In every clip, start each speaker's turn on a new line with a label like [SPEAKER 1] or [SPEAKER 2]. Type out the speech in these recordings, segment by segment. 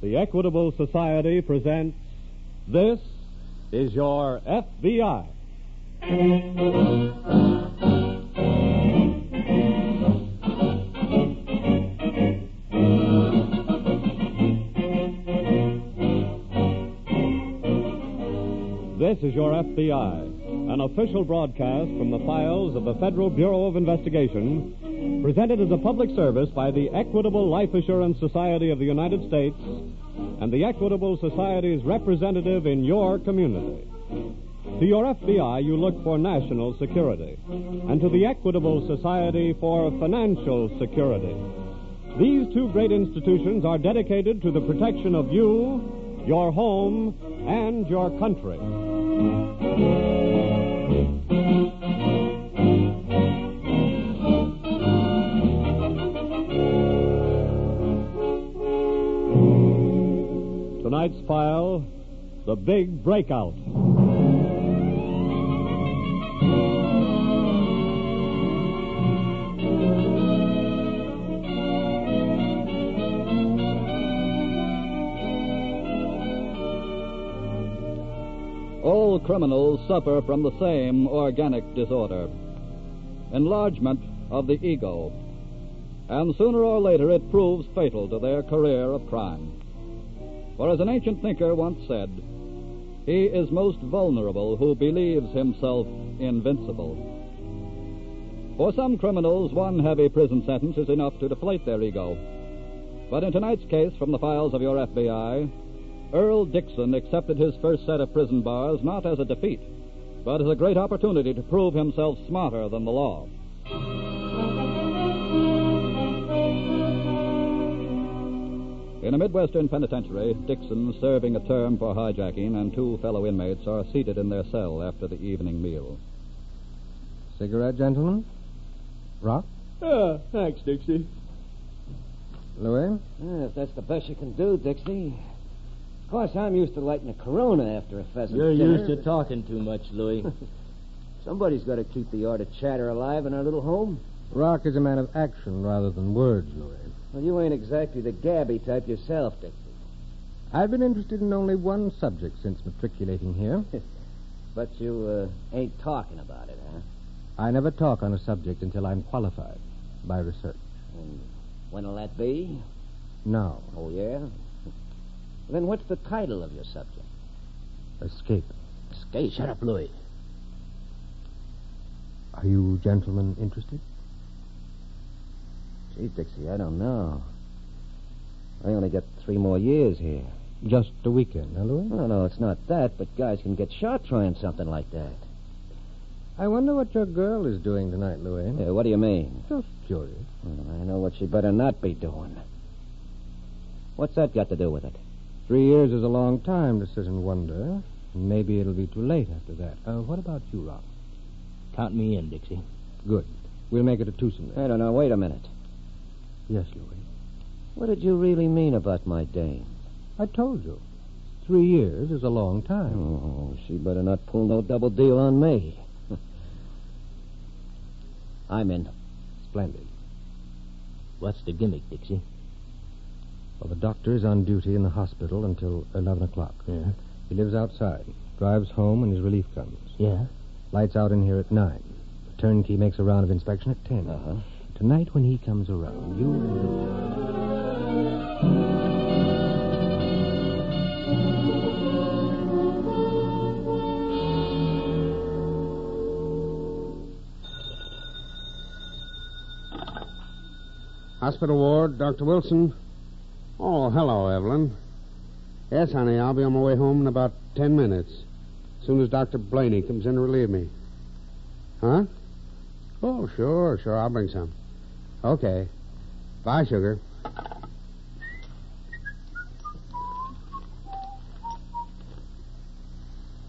[SPEAKER 1] The Equitable Society presents This is Your FBI. This is Your FBI, an official broadcast from the files of the Federal Bureau of Investigation, presented as a public service by the Equitable Life Assurance Society of the United States and the Equitable Society's representative in your community. To your FBI, you look for national security, and to the Equitable Society for financial security. These two great institutions are dedicated to the protection of you, your home, and your country. Tonight's file The Big Breakout.
[SPEAKER 2] All criminals suffer from the same organic disorder enlargement of the ego. And sooner or later, it proves fatal to their career of crime. For as an ancient thinker once said, he is most vulnerable who believes himself invincible. For some criminals, one heavy prison sentence is enough to deflate their ego. But in tonight's case, from the files of your FBI, Earl Dixon accepted his first set of prison bars not as a defeat, but as a great opportunity to prove himself smarter than the law. In a Midwestern penitentiary, Dixon, serving a term for hijacking, and two fellow inmates are seated in their cell after the evening meal.
[SPEAKER 3] Cigarette, gentlemen? Rock?
[SPEAKER 4] Oh, thanks, Dixie.
[SPEAKER 3] Louis?
[SPEAKER 5] Yeah, if that's the best you can do, Dixie. Of course, I'm used to lighting a Corona after a pheasant.
[SPEAKER 6] You're
[SPEAKER 5] dinner.
[SPEAKER 6] used to talking too much, Louis.
[SPEAKER 5] Somebody's got to keep the art of chatter alive in our little home.
[SPEAKER 3] Rock is a man of action rather than words, Louis.
[SPEAKER 5] Well, you ain't exactly the Gabby type yourself, Dixie.
[SPEAKER 3] I've been interested in only one subject since matriculating here.
[SPEAKER 5] But you uh, ain't talking about it, huh?
[SPEAKER 3] I never talk on a subject until I'm qualified by research.
[SPEAKER 5] And when'll that be?
[SPEAKER 3] Now,
[SPEAKER 5] Oh, yeah? then what's the title of your subject?
[SPEAKER 3] escape.
[SPEAKER 5] Escape. Shut up, Louis.
[SPEAKER 3] Are you gentlemen interested?
[SPEAKER 5] Gee, Dixie, I don't know. I only got three more years here.
[SPEAKER 3] Just a weekend, huh, Louis?
[SPEAKER 5] No, no, it's not that, but guys can get shot trying something like that.
[SPEAKER 3] I wonder what your girl is doing tonight, Louis.
[SPEAKER 5] Yeah, what do you mean?
[SPEAKER 3] Just curious.
[SPEAKER 5] Well, I know what she better not be doing. What's that got to do with it?
[SPEAKER 3] Three years is a long time to sit and wonder. Maybe it'll be too late after that. Uh, what about you, Rock?
[SPEAKER 6] Count me in, Dixie.
[SPEAKER 3] Good. We'll make it a twosome then.
[SPEAKER 5] I don't know. Wait a minute.
[SPEAKER 3] Yes, Louis.
[SPEAKER 5] What did you really mean about my dame?
[SPEAKER 3] I told you. Three years is a long time.
[SPEAKER 5] Oh, she better not pull no double deal on me. I'm in.
[SPEAKER 3] Splendid.
[SPEAKER 6] What's the gimmick, Dixie?
[SPEAKER 3] Well, the doctor is on duty in the hospital until 11 o'clock.
[SPEAKER 6] Yeah.
[SPEAKER 3] He lives outside, drives home when his relief comes.
[SPEAKER 6] Yeah?
[SPEAKER 3] Lights out in here at 9. The turnkey makes a round of inspection at 10.
[SPEAKER 5] Uh-huh.
[SPEAKER 3] Tonight, when he comes around, you and
[SPEAKER 7] Hospital ward, Dr. Wilson. Oh, hello, Evelyn. Yes, honey, I'll be on my way home in about ten minutes. As soon as Dr. Blaney comes in to relieve me. Huh? Oh, sure, sure, I'll bring some. Okay. Bye, sugar.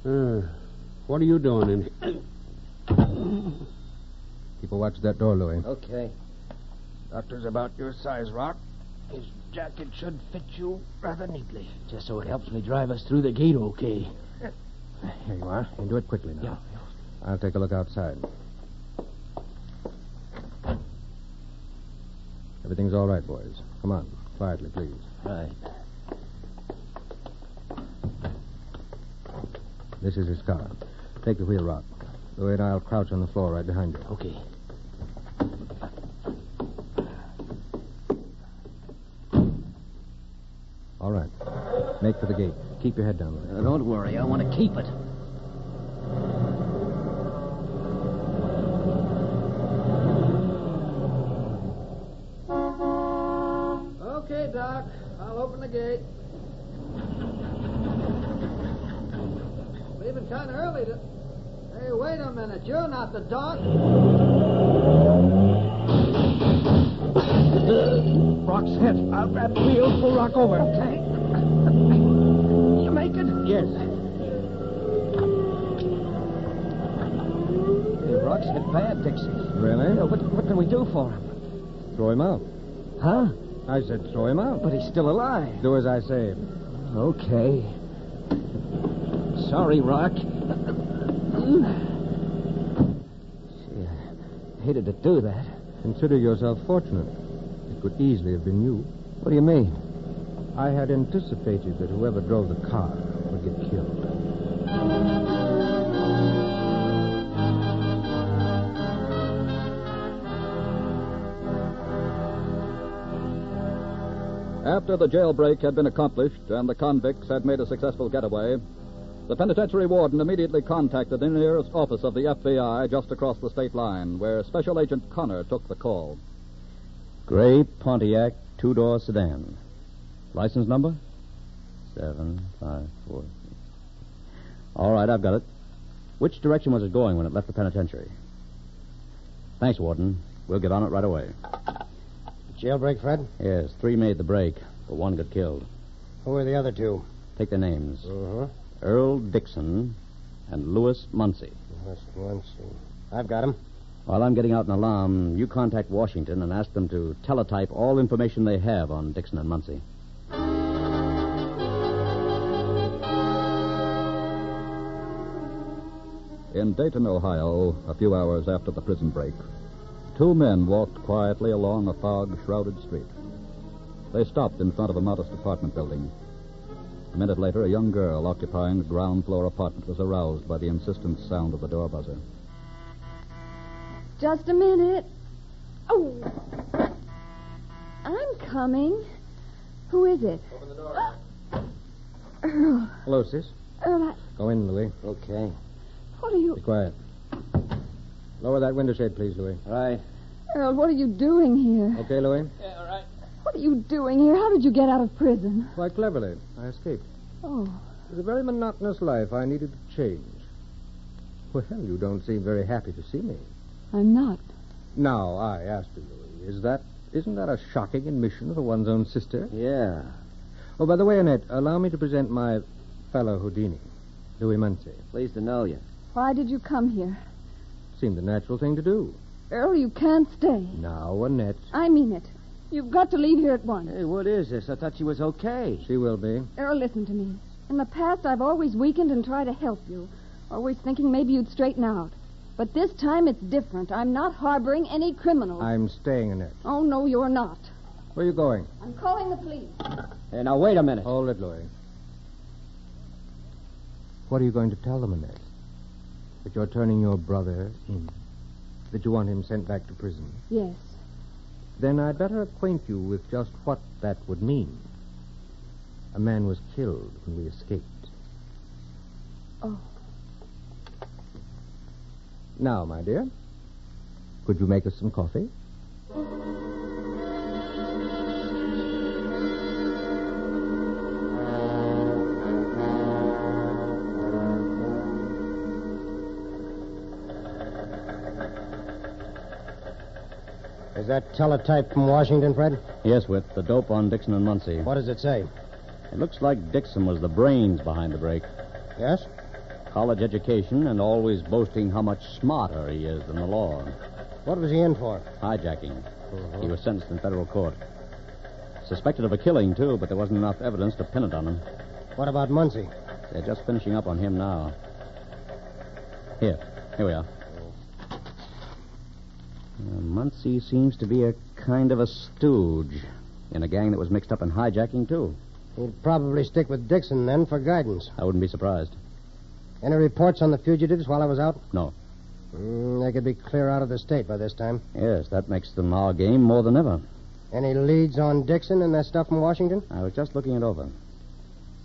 [SPEAKER 7] Uh, what are you doing in here?
[SPEAKER 3] Keep a watch at that door, Louis.
[SPEAKER 5] Okay.
[SPEAKER 8] Doctor's about your size, Rock. His jacket should fit you rather neatly.
[SPEAKER 6] Just so it helps me drive us through the gate okay.
[SPEAKER 3] Here you are. And do it quickly now. I'll take a look outside. Everything's all right, boys. Come on. Quietly, please.
[SPEAKER 6] Right.
[SPEAKER 9] This is his car. Take the wheel, Rock. Louie and I'll crouch on the floor right behind you.
[SPEAKER 10] Okay.
[SPEAKER 9] All right. Make for the gate. Keep your head down, Louie.
[SPEAKER 11] Uh, don't worry, I want to keep it.
[SPEAKER 5] Okay, Doc. I'll open the gate. Leaving kind of early to. Hey, wait a minute. You're not the doc. Rock's head. I'll grab the wheel, pull Rock over. Okay. You make it? Yes. Rock's hit bad, Dixie.
[SPEAKER 9] Really?
[SPEAKER 5] Yeah, what, what can we do for him?
[SPEAKER 9] Throw him out.
[SPEAKER 5] Huh?
[SPEAKER 9] I said throw him out.
[SPEAKER 5] But he's still alive.
[SPEAKER 9] Do as I say.
[SPEAKER 5] Okay. Sorry, Rock. Gee, I hated to do that.
[SPEAKER 9] Consider yourself fortunate. It could easily have been you.
[SPEAKER 5] What do you mean?
[SPEAKER 9] I had anticipated that whoever drove the car would get killed.
[SPEAKER 12] After the jailbreak had been accomplished and the convicts had made a successful getaway, the penitentiary warden immediately contacted the nearest office of the FBI just across the state line, where Special Agent Connor took the call.
[SPEAKER 1] Gray Pontiac two door sedan. License number? Seven, five, four, six. All right, I've got it. Which direction was it going when it left the penitentiary? Thanks, Warden. We'll get on it right away.
[SPEAKER 13] Jailbreak, Fred?
[SPEAKER 1] Yes, three made the break, but one got killed.
[SPEAKER 13] Who are the other two?
[SPEAKER 1] Take their names
[SPEAKER 13] Uh-huh.
[SPEAKER 1] Earl Dixon and Louis Muncie.
[SPEAKER 13] That's one I've got him.
[SPEAKER 1] While I'm getting out an alarm, you contact Washington and ask them to teletype all information they have on Dixon and Muncie.
[SPEAKER 12] In Dayton, Ohio, a few hours after the prison break, two men walked quietly along a fog shrouded street. They stopped in front of a modest apartment building. A minute later, a young girl occupying the ground floor apartment was aroused by the insistent sound of the door buzzer.
[SPEAKER 14] Just a minute. Oh. I'm coming. Who is it? Open the door. Earl.
[SPEAKER 9] Hello, sis.
[SPEAKER 14] Earl, I...
[SPEAKER 9] Go in, Louis.
[SPEAKER 11] Okay.
[SPEAKER 14] what are you...
[SPEAKER 9] Be quiet. Lower that window shade, please, Louis.
[SPEAKER 11] All right.
[SPEAKER 14] Earl, what are you doing here?
[SPEAKER 9] Okay, Louis?
[SPEAKER 14] What are you doing here? How did you get out of prison?
[SPEAKER 9] Why, cleverly. I escaped.
[SPEAKER 14] Oh,
[SPEAKER 9] It was a very monotonous life I needed to change. Well, you don't seem very happy to see me.
[SPEAKER 14] I'm not.
[SPEAKER 9] Now, I asked you, Louis, is that... Isn't that a shocking admission for one's own sister?
[SPEAKER 11] Yeah.
[SPEAKER 9] Oh, by the way, Annette, allow me to present my fellow Houdini, Louis Muncie.
[SPEAKER 11] Pleased to know you.
[SPEAKER 14] Why did you come here?
[SPEAKER 9] Seemed the natural thing to do.
[SPEAKER 14] Earl, you can't stay.
[SPEAKER 9] Now, Annette,
[SPEAKER 14] I mean it. You've got to leave here at once.
[SPEAKER 11] Hey, what is this? I thought you was okay.
[SPEAKER 9] she will be.
[SPEAKER 14] Earl, listen to me. In the past, I've always weakened and tried to help you, always thinking maybe you'd straighten out. But this time it's different. I'm not harboring any criminal.
[SPEAKER 9] I'm staying, Annette.
[SPEAKER 14] Oh, no, you're not.
[SPEAKER 9] Where are you going?
[SPEAKER 14] I'm calling the police.
[SPEAKER 11] Hey, now, wait a minute.
[SPEAKER 9] Hold it, Louis. What are you going to tell them, Annette? That you're turning your brother in. That you want him sent back to prison.
[SPEAKER 14] Yes.
[SPEAKER 9] Then I'd better acquaint you with just what that would mean. A man was killed when we escaped.
[SPEAKER 14] Oh.
[SPEAKER 9] Now, my dear, could you make us some coffee?
[SPEAKER 13] Is that teletype from Washington, Fred?
[SPEAKER 1] Yes, Whit, the dope on Dixon and Muncie.
[SPEAKER 13] What does it say?
[SPEAKER 1] It looks like Dixon was the brains behind the break.
[SPEAKER 13] Yes?
[SPEAKER 1] College education and always boasting how much smarter he is than the law.
[SPEAKER 13] What was he in for?
[SPEAKER 1] Hijacking. He was sentenced in federal court. Suspected of a killing, too, but there wasn't enough evidence to pin it on him.
[SPEAKER 13] What about Muncie?
[SPEAKER 1] They're just finishing up on him now. Here. Here we are. Uh, Muncie seems to be a kind of a stooge in a gang that was mixed up in hijacking, too.
[SPEAKER 13] He'd probably stick with Dixon then for guidance.
[SPEAKER 1] I wouldn't be surprised.
[SPEAKER 15] Any reports on the fugitives while I was out?
[SPEAKER 16] No.
[SPEAKER 15] Mm, they could be clear out of the state by this time.
[SPEAKER 16] Yes, that makes them our game more than ever.
[SPEAKER 15] Any leads on Dixon and that stuff in Washington?
[SPEAKER 16] I was just looking it over.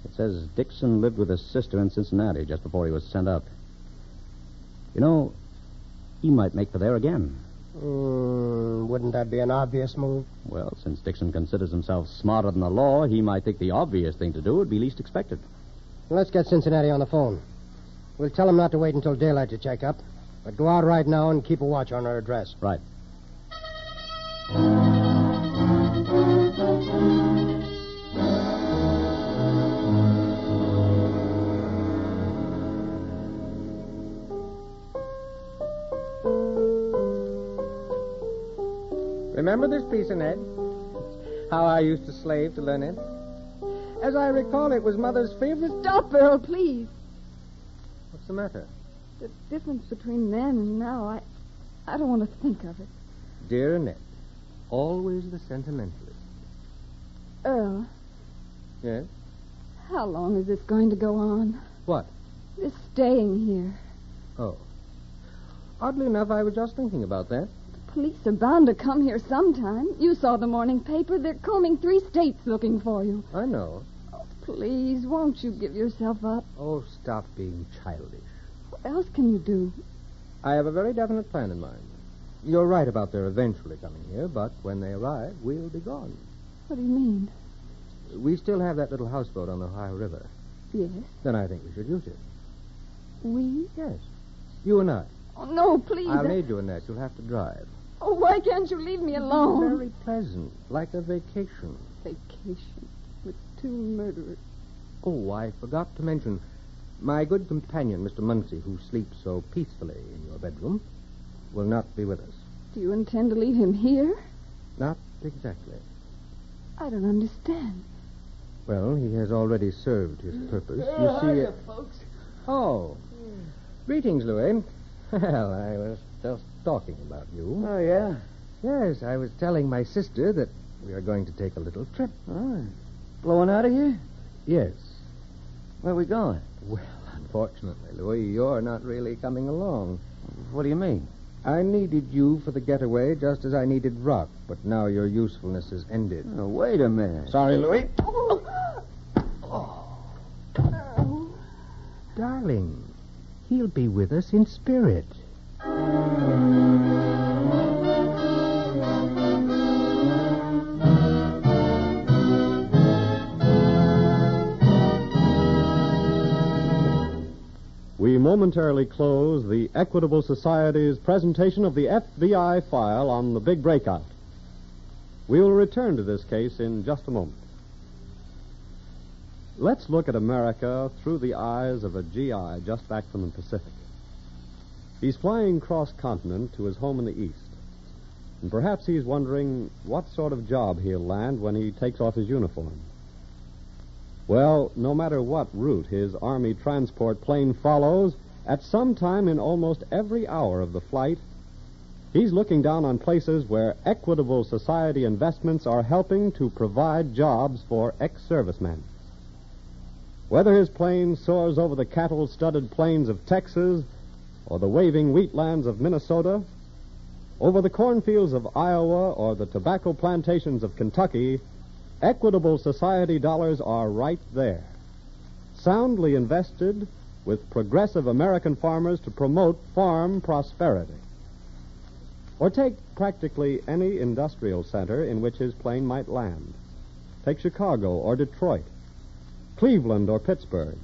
[SPEAKER 16] It says Dixon lived with his sister in Cincinnati just before he was sent out. You know, he might make for there again.
[SPEAKER 15] Mm, wouldn't that be an obvious move?
[SPEAKER 16] Well, since Dixon considers himself smarter than the law, he might think the obvious thing to do would be least expected.
[SPEAKER 15] Let's get Cincinnati on the phone. We'll tell him not to wait until daylight to check up, but go out right now and keep a watch on her address.
[SPEAKER 16] Right.
[SPEAKER 9] Remember this piece, Annette? How I used to slave to learn it. As I recall, it was Mother's favorite.
[SPEAKER 14] Stop, Earl, please.
[SPEAKER 9] What's the matter?
[SPEAKER 14] The difference between then and now, I, I don't want to think of it.
[SPEAKER 9] Dear Annette, always the sentimentalist.
[SPEAKER 14] Earl,
[SPEAKER 9] Yes?
[SPEAKER 14] how long is this going to go on?
[SPEAKER 9] What?
[SPEAKER 14] This staying here.
[SPEAKER 9] Oh. Oddly enough, I was just thinking about that.
[SPEAKER 14] Police are bound to come here sometime. You saw the morning paper. They're combing three states looking for you.
[SPEAKER 9] I know.
[SPEAKER 14] Please, won't you give yourself up?
[SPEAKER 9] Oh, stop being childish.
[SPEAKER 14] What else can you do?
[SPEAKER 9] I have a very definite plan in mind. You're right about their eventually coming here, but when they arrive, we'll be gone.
[SPEAKER 14] What do you mean?
[SPEAKER 9] We still have that little houseboat on the Ohio River.
[SPEAKER 14] Yes,
[SPEAKER 9] Then I think we should use it.
[SPEAKER 14] we?
[SPEAKER 9] Yes. You and I.
[SPEAKER 14] Oh, no, please.
[SPEAKER 9] I'll aid you in that. You'll have to drive.
[SPEAKER 14] Oh, why can't you leave me alone?
[SPEAKER 9] Very pleasant, like a vacation.
[SPEAKER 14] Vacation with two murderers.
[SPEAKER 9] Oh, I forgot to mention my good companion, Mr. Munsey, who sleeps so peacefully in your bedroom, will not be with us.
[SPEAKER 14] Do you intend to leave him here?
[SPEAKER 9] Not exactly.
[SPEAKER 14] I don't understand.
[SPEAKER 9] Well, he has already served his
[SPEAKER 5] Mm.
[SPEAKER 9] purpose. You see. it-
[SPEAKER 17] folks.
[SPEAKER 9] Oh.
[SPEAKER 5] Hmm.
[SPEAKER 9] Greetings, Louis. Well, I was just talking about you.
[SPEAKER 5] Oh, yeah?
[SPEAKER 9] Yes, I was telling my sister that we are going to take a little trip.
[SPEAKER 5] Oh, blowing out of here?
[SPEAKER 9] Yes.
[SPEAKER 5] Where are we going?
[SPEAKER 9] Well, unfortunately, Louis, you're not really coming along.
[SPEAKER 5] What do you mean?
[SPEAKER 9] I needed you for the getaway just as I needed Rock, but now your usefulness has ended.
[SPEAKER 5] Oh, wait a minute. Oh.
[SPEAKER 9] Sorry, Louis.
[SPEAKER 14] Oh.
[SPEAKER 9] Darling, he'll be with us in spirit.
[SPEAKER 1] We momentarily close the Equitable Society's presentation of the FBI file on the big breakout. We will return to this case in just a moment. Let's look at America through the eyes of a GI just back from the Pacific. He's flying cross continent to his home in the East. And perhaps he's wondering what sort of job he'll land when he takes off his uniform. Well, no matter what route his Army transport plane follows, at some time in almost every hour of the flight, he's looking down on places where equitable society investments are helping to provide jobs for ex servicemen. Whether his plane soars over the cattle studded plains of Texas or the waving wheatlands of Minnesota, over the cornfields of Iowa or the tobacco plantations of Kentucky, Equitable Society dollars are right there, soundly invested with progressive American farmers to promote farm prosperity. Or take practically any industrial center in which his plane might land. Take Chicago or Detroit, Cleveland or Pittsburgh.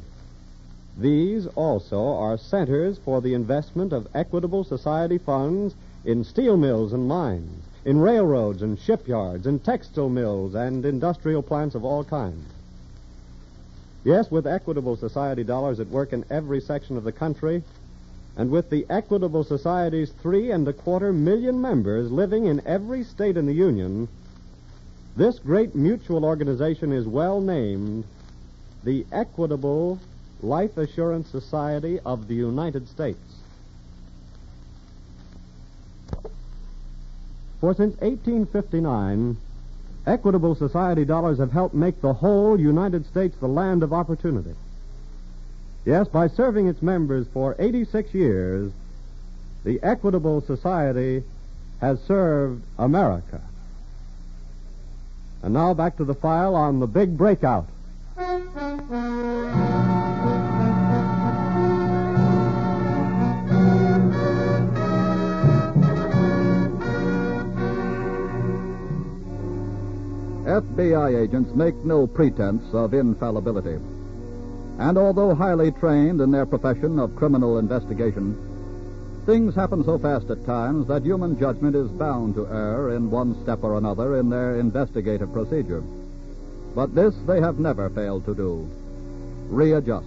[SPEAKER 1] These also are centers for the investment of Equitable Society funds in steel mills and mines, in railroads and shipyards, in textile mills and industrial plants of all kinds. Yes, with Equitable Society dollars at work in every section of the country, and with the Equitable Society's three and a quarter million members living in every state in the Union, this great mutual organization is well named the Equitable Life Assurance Society of the United States. For since 1859, Equitable Society dollars have helped make the whole United States the land of opportunity.
[SPEAKER 18] Yes, by serving its members for 86 years, the Equitable Society has served America. And now back to the file on the big breakout.
[SPEAKER 19] FBI agents make no pretense of infallibility. And although highly trained in their profession of criminal investigation, things happen so fast at times that human judgment is bound to err in one step or another in their investigative procedure. But this they have never failed to do readjust.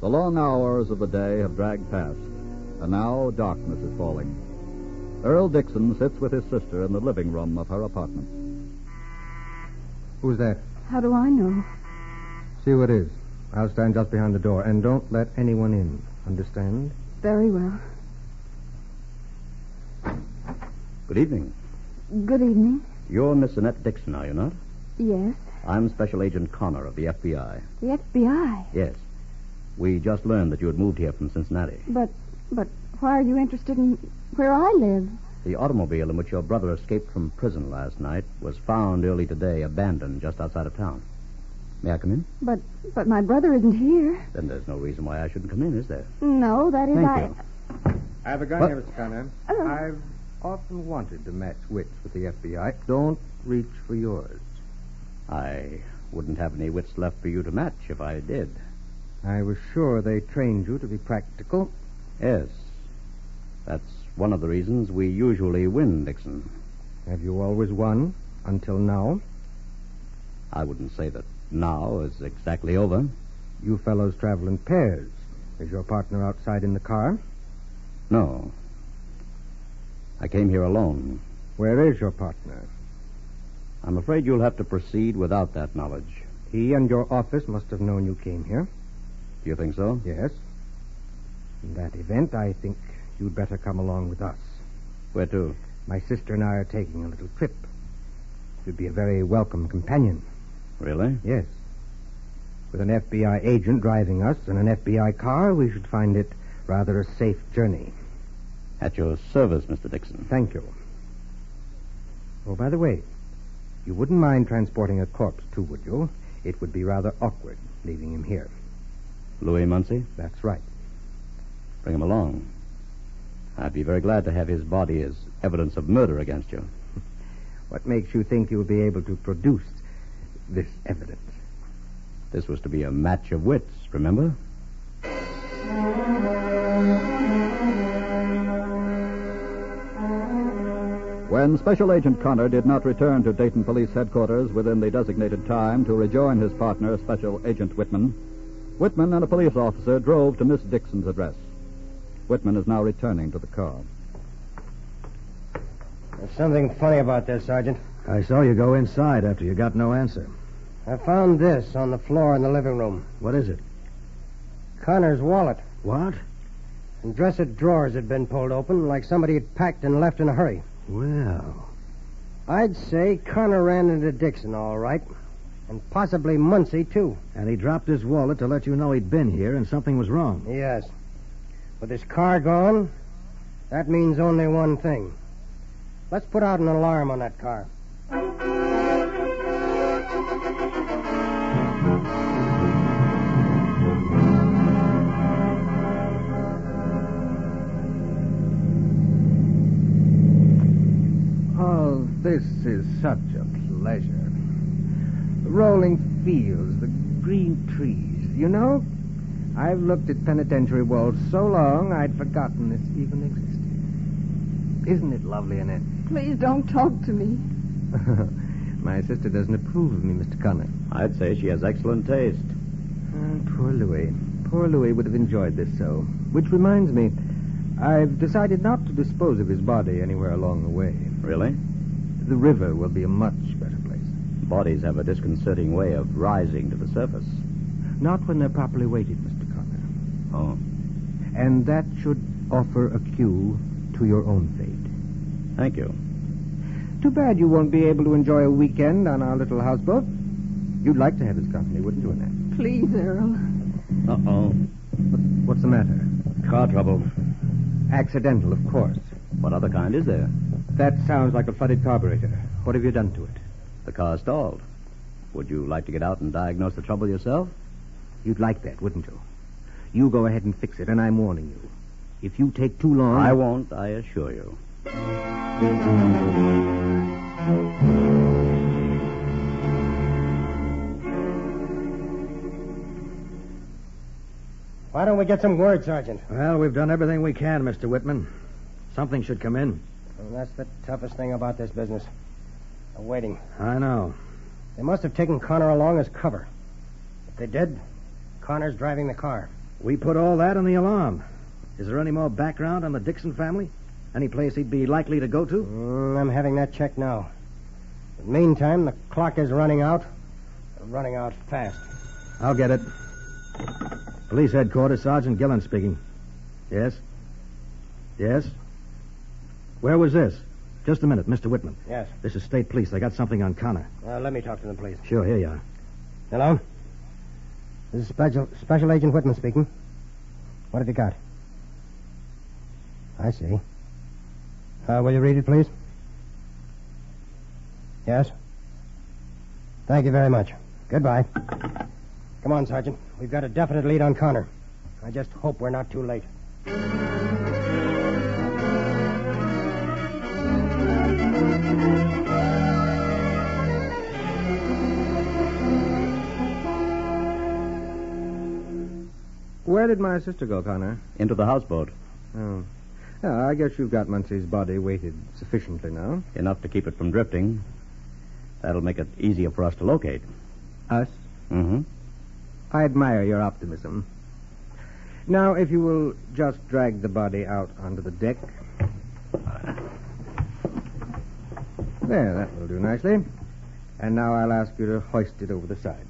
[SPEAKER 19] The long hours of the day have dragged past, and now darkness is falling. Earl Dixon sits with his sister in the living room of her apartment.
[SPEAKER 9] Who's that?
[SPEAKER 14] How do I know?
[SPEAKER 9] See who it is. I'll stand just behind the door, and don't let anyone in. Understand?
[SPEAKER 14] Very well.
[SPEAKER 1] Good evening.
[SPEAKER 14] Good evening.
[SPEAKER 1] You're Miss Annette Dixon, are you not?
[SPEAKER 14] Yes.
[SPEAKER 1] I'm Special Agent Connor of the FBI.
[SPEAKER 14] The FBI.
[SPEAKER 1] Yes. We just learned that you had moved here from Cincinnati.
[SPEAKER 14] But, but why are you interested in where I live?
[SPEAKER 1] The automobile in which your brother escaped from prison last night was found early today abandoned just outside of town. May I come in?
[SPEAKER 14] But, but my brother isn't here.
[SPEAKER 1] Then there's no reason why I shouldn't come in, is there?
[SPEAKER 14] No, that is
[SPEAKER 1] Thank
[SPEAKER 14] I.
[SPEAKER 1] you.
[SPEAKER 9] I have a gun
[SPEAKER 1] What?
[SPEAKER 9] here, Mr. Connor.
[SPEAKER 14] Oh.
[SPEAKER 9] I've often wanted to match wits with the FBI. Don't reach for yours.
[SPEAKER 1] I wouldn't have any wits left for you to match if I did.
[SPEAKER 9] I was sure they trained you to be practical.
[SPEAKER 1] Yes. That's one of the reasons we usually win, Dixon.
[SPEAKER 9] Have you always won until now?
[SPEAKER 1] I wouldn't say that now is exactly over.
[SPEAKER 9] You fellows travel in pairs. Is your partner outside in the car?
[SPEAKER 1] No. I came here alone.
[SPEAKER 9] Where is your partner?
[SPEAKER 1] I'm afraid you'll have to proceed without that knowledge.
[SPEAKER 9] He and your office must have known you came here.
[SPEAKER 1] Do you think so?
[SPEAKER 9] Yes. In that event, I think you'd better come along with us.
[SPEAKER 1] Where to?
[SPEAKER 9] My sister and I are taking a little trip. You'd be a very welcome companion.
[SPEAKER 1] Really?
[SPEAKER 9] Yes. With an FBI agent driving us in an FBI car, we should find it rather a safe journey.
[SPEAKER 1] At your service, Mr. Dixon.
[SPEAKER 9] Thank you. Oh, by the way, you wouldn't mind transporting a corpse, too, would you? It would be rather awkward leaving him here.
[SPEAKER 1] Louis Munsey?
[SPEAKER 9] That's right.
[SPEAKER 1] Bring him along. I'd be very glad to have his body as evidence of murder against you.
[SPEAKER 9] What makes you think you'll be able to produce this evidence?
[SPEAKER 1] This was to be a match of wits, remember?
[SPEAKER 19] When Special Agent Connor did not return to Dayton Police Headquarters within the designated time to rejoin his partner, Special Agent Whitman, Whitman and a police officer drove to Miss Dixon's address. Whitman is now returning to the car.
[SPEAKER 20] There's something funny about this, Sergeant.
[SPEAKER 21] I saw you go inside after you got no answer.
[SPEAKER 20] I found this on the floor in the living room.
[SPEAKER 21] What is it?
[SPEAKER 20] Connor's wallet.
[SPEAKER 21] What?
[SPEAKER 20] And dresser drawers had been pulled open like somebody had packed and left in a hurry.
[SPEAKER 21] Well,
[SPEAKER 20] I'd say Connor ran into Dixon, all right. And possibly Muncie, too.
[SPEAKER 21] and he dropped his wallet to let you know he'd been here and something was wrong.
[SPEAKER 20] Yes. With his car gone, that means only one thing. Let's put out an alarm on that car.
[SPEAKER 22] Oh, this is such a pleasure. The rolling fields, the green trees. You know, I've looked at penitentiary walls so long I'd forgotten this even existed. Isn't it lovely, Annette?
[SPEAKER 14] Please don't talk to me.
[SPEAKER 22] My sister doesn't approve of me, Mr. Connor.
[SPEAKER 1] I'd say she has excellent taste.
[SPEAKER 22] Ah, poor Louis. Poor Louis would have enjoyed this so. Which reminds me, I've decided not to dispose of his body anywhere along the way.
[SPEAKER 1] Really?
[SPEAKER 22] The river will be a much better place.
[SPEAKER 1] Bodies have a disconcerting way of rising to the surface.
[SPEAKER 22] Not when they're properly weighted, Mr. Connor.
[SPEAKER 1] Oh.
[SPEAKER 22] And that should offer a cue to your own fate.
[SPEAKER 1] Thank you.
[SPEAKER 22] Too bad you won't be able to enjoy a weekend on our little houseboat.
[SPEAKER 9] You'd like to have his company, wouldn't you, Annette?
[SPEAKER 14] Please, Earl.
[SPEAKER 9] Uh oh. What's the matter?
[SPEAKER 1] Car trouble.
[SPEAKER 9] Accidental, of course.
[SPEAKER 1] What other kind is there?
[SPEAKER 9] That sounds like a flooded carburetor. What have you done to it?
[SPEAKER 1] The car stalled. Would you like to get out and diagnose the trouble yourself?
[SPEAKER 9] You'd like that, wouldn't you? You go ahead and fix it, and I'm warning you. If you take too long.
[SPEAKER 1] I won't, I assure you.
[SPEAKER 23] Why don't we get some word, Sergeant?
[SPEAKER 24] Well, we've done everything we can, Mr. Whitman. Something should come in.
[SPEAKER 23] Well, that's the toughest thing about this business. They're waiting.
[SPEAKER 24] I know.
[SPEAKER 23] They must have taken Connor along as cover. If they did, Connor's driving the car.
[SPEAKER 24] We put all that in the alarm. Is there any more background on the Dixon family? Any place he'd be likely to go to?
[SPEAKER 23] Mm, I'm having that checked now. In the meantime, the clock is running out. Running out fast.
[SPEAKER 24] I'll get it. Police headquarters, Sergeant Gillen speaking. Yes? Yes? Where was this? Just a minute, Mr. Whitman.
[SPEAKER 23] Yes.
[SPEAKER 24] This is state police. They got something on Connor.
[SPEAKER 23] Uh, let me talk to them, please.
[SPEAKER 24] Sure, here you are.
[SPEAKER 23] Hello? This is Special, Special Agent Whitman speaking. What have you got? I see. Uh, will you read it, please? Yes? Thank you very much. Goodbye. Come on, Sergeant. We've got a definite lead on Connor. I just hope we're not too late.
[SPEAKER 9] Where did my sister go, Connor?
[SPEAKER 1] Into the houseboat.
[SPEAKER 9] Oh. Yeah, I guess you've got Munsey's body weighted sufficiently now.
[SPEAKER 1] Enough to keep it from drifting. That'll make it easier for us to locate.
[SPEAKER 9] Us?
[SPEAKER 1] Mm-hmm.
[SPEAKER 9] I admire your optimism. Now, if you will just drag the body out onto the deck. There, that will do nicely. And now I'll ask you to hoist it over the side.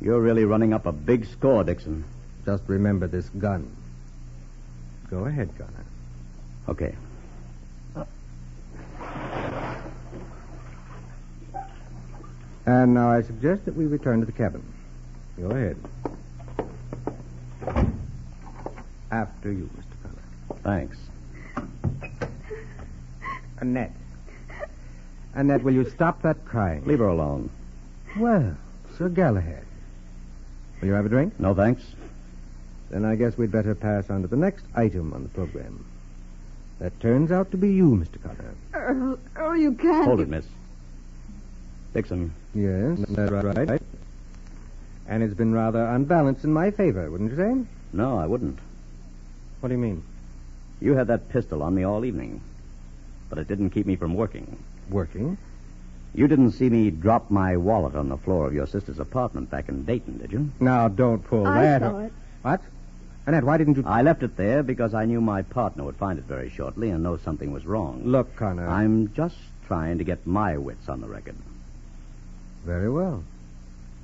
[SPEAKER 1] You're really running up a big score, Dixon.
[SPEAKER 9] Just remember this gun. Go ahead, Connor.
[SPEAKER 1] Okay.
[SPEAKER 9] And now I suggest that we return to the cabin. Go ahead. After you, Mr. Connor.
[SPEAKER 1] Thanks.
[SPEAKER 9] Annette. Annette, will you stop that crying?
[SPEAKER 1] Leave her alone.
[SPEAKER 9] Well, Sir Galahad. Will you have a drink?
[SPEAKER 1] No, thanks.
[SPEAKER 9] Then I guess we'd better pass on to the next item on the program. That turns out to be you, Mr. Connor.
[SPEAKER 14] Earl, Earl, you can't.
[SPEAKER 1] Hold it, miss. Dixon.
[SPEAKER 9] Yes, that's right, right. And it's been rather unbalanced in my favor, wouldn't you say?
[SPEAKER 1] No, I wouldn't.
[SPEAKER 9] What do you mean?
[SPEAKER 1] You had that pistol on me all evening, but it didn't keep me from working.
[SPEAKER 9] Working?
[SPEAKER 1] You didn't see me drop my wallet on the floor of your sister's apartment back in Dayton, did you?
[SPEAKER 9] Now, don't pull
[SPEAKER 14] I
[SPEAKER 9] that.
[SPEAKER 14] saw it.
[SPEAKER 9] What? Annette, why didn't you.
[SPEAKER 1] I left it there because I knew my partner would find it very shortly and know something was wrong.
[SPEAKER 9] Look, Connor.
[SPEAKER 1] I'm just trying to get my wits on the record.
[SPEAKER 9] Very well.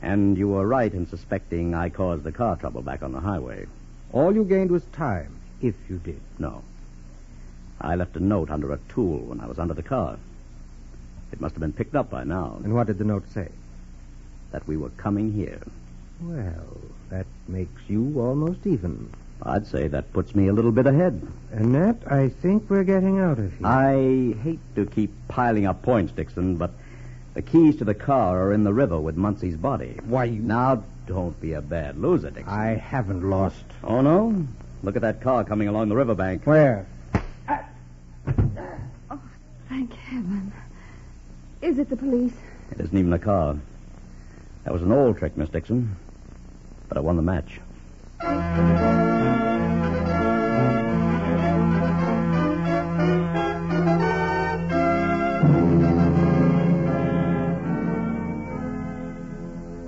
[SPEAKER 1] And you were right in suspecting I caused the car trouble back on the highway.
[SPEAKER 9] All you gained was time, if you did.
[SPEAKER 1] No. I left a note under a tool when I was under the car. It must have been picked up by now.
[SPEAKER 9] And what did the note say?
[SPEAKER 1] That we were coming here.
[SPEAKER 9] Well, that makes you almost even.
[SPEAKER 1] I'd say that puts me a little bit ahead.
[SPEAKER 9] Annette, I think we're getting out of here.
[SPEAKER 1] I hate to keep piling up points, Dixon, but the keys to the car are in the river with Munsey's body.
[SPEAKER 9] Why, you.
[SPEAKER 1] Now, don't be a bad loser, Dixon.
[SPEAKER 9] I haven't lost.
[SPEAKER 1] Oh, no? Look at that car coming along the riverbank.
[SPEAKER 9] Where?
[SPEAKER 14] Oh, thank heaven. Is it the police?
[SPEAKER 1] It isn't even a car. That was an old trick, Miss Dixon. But I won the match.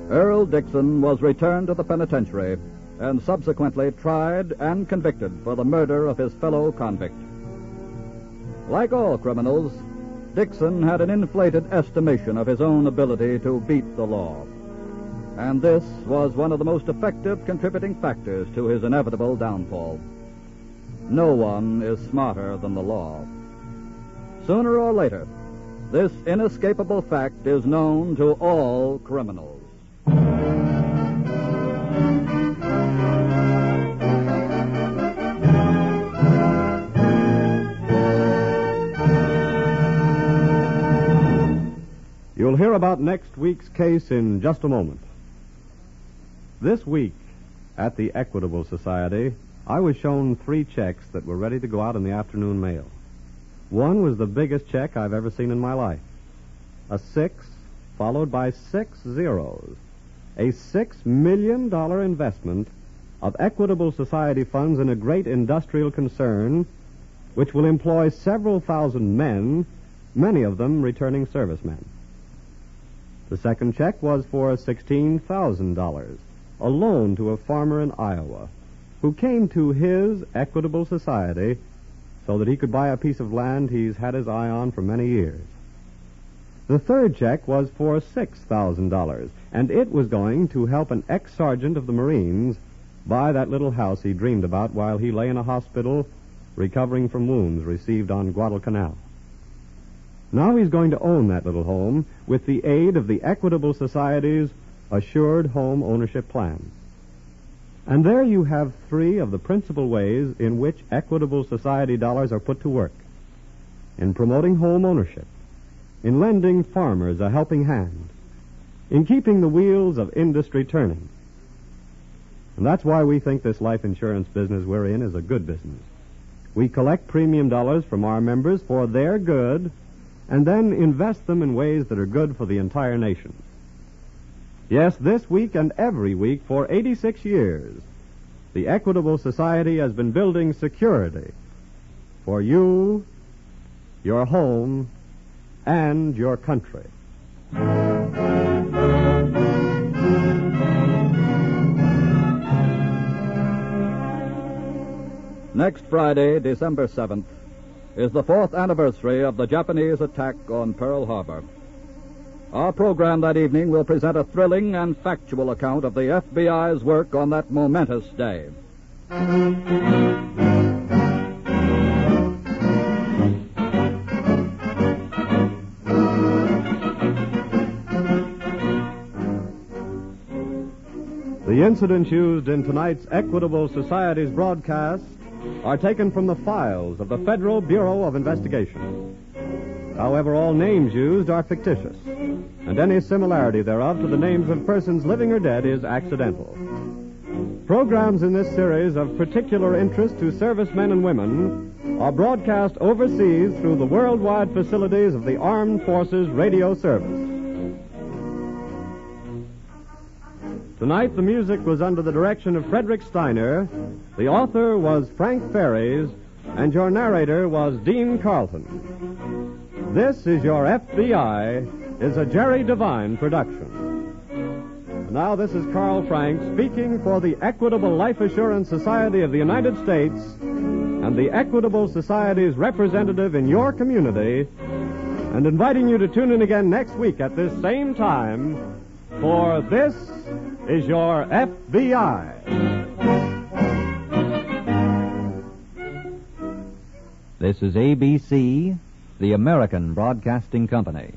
[SPEAKER 5] Earl Dixon was returned to the penitentiary and subsequently tried and convicted for the murder of his fellow convict. Like all criminals, Dixon had an inflated estimation of his own ability to beat the law. And this was one of the most effective contributing factors to his inevitable downfall. No one is smarter than the law. Sooner or later, this inescapable fact is known to all criminals.
[SPEAKER 1] hear about next week's case in just a moment. This week, at the Equitable Society, I was shown three checks that were ready to go out in the afternoon mail. One was the biggest check I've ever seen in my life a six, followed by six zeros, a six million dollar investment of Equitable Society funds in a great industrial concern which will employ several thousand men, many of them returning servicemen. The second check was for $16,000, a loan to a farmer in Iowa who came to his Equitable Society so that he could buy a piece of land he's had his eye on for many years. The third check was for $6,000, and it was going to help an ex sergeant of the Marines buy that little house he dreamed about while he lay in a hospital recovering from wounds received on Guadalcanal. Now he's going to own that little home with the aid of the Equitable Society's Assured Home Ownership Plan. And there you have three of the principal ways in which Equitable Society dollars are put to work in promoting home ownership, in lending farmers a helping hand, in keeping the wheels of industry turning. And that's why we think this life insurance business we're in is a good business. We collect premium dollars from our members for their good and then invest them in ways that are good for the entire nation. Yes, this week and every week for 86 years, the Equitable Society has been building security for you, your home, and your country.
[SPEAKER 25] Next Friday, December 7th, is the fourth anniversary of the Japanese attack on Pearl Harbor. Our program that evening will present a thrilling and factual account of the FBI's work on that momentous day.
[SPEAKER 1] The incidents used in tonight's Equitable Society's broadcast are taken from the files of the Federal Bureau of Investigation. However, all names used are fictitious, and any similarity thereof to the names of persons living or dead is accidental. Programs in this series of particular interest to servicemen and women are broadcast overseas through the worldwide facilities of the Armed Forces Radio Service. Tonight, the music was under the direction of Frederick Steiner. The author was Frank Ferries, and your narrator was Dean Carlton. This is Your FBI is a Jerry Devine production. And Now, this is Carl Frank speaking for the Equitable Life Assurance Society of the United States and the Equitable Society's representative in your community, and inviting you to tune in again next week at this same time for This is Your FBI.
[SPEAKER 25] This is ABC, the American Broadcasting Company.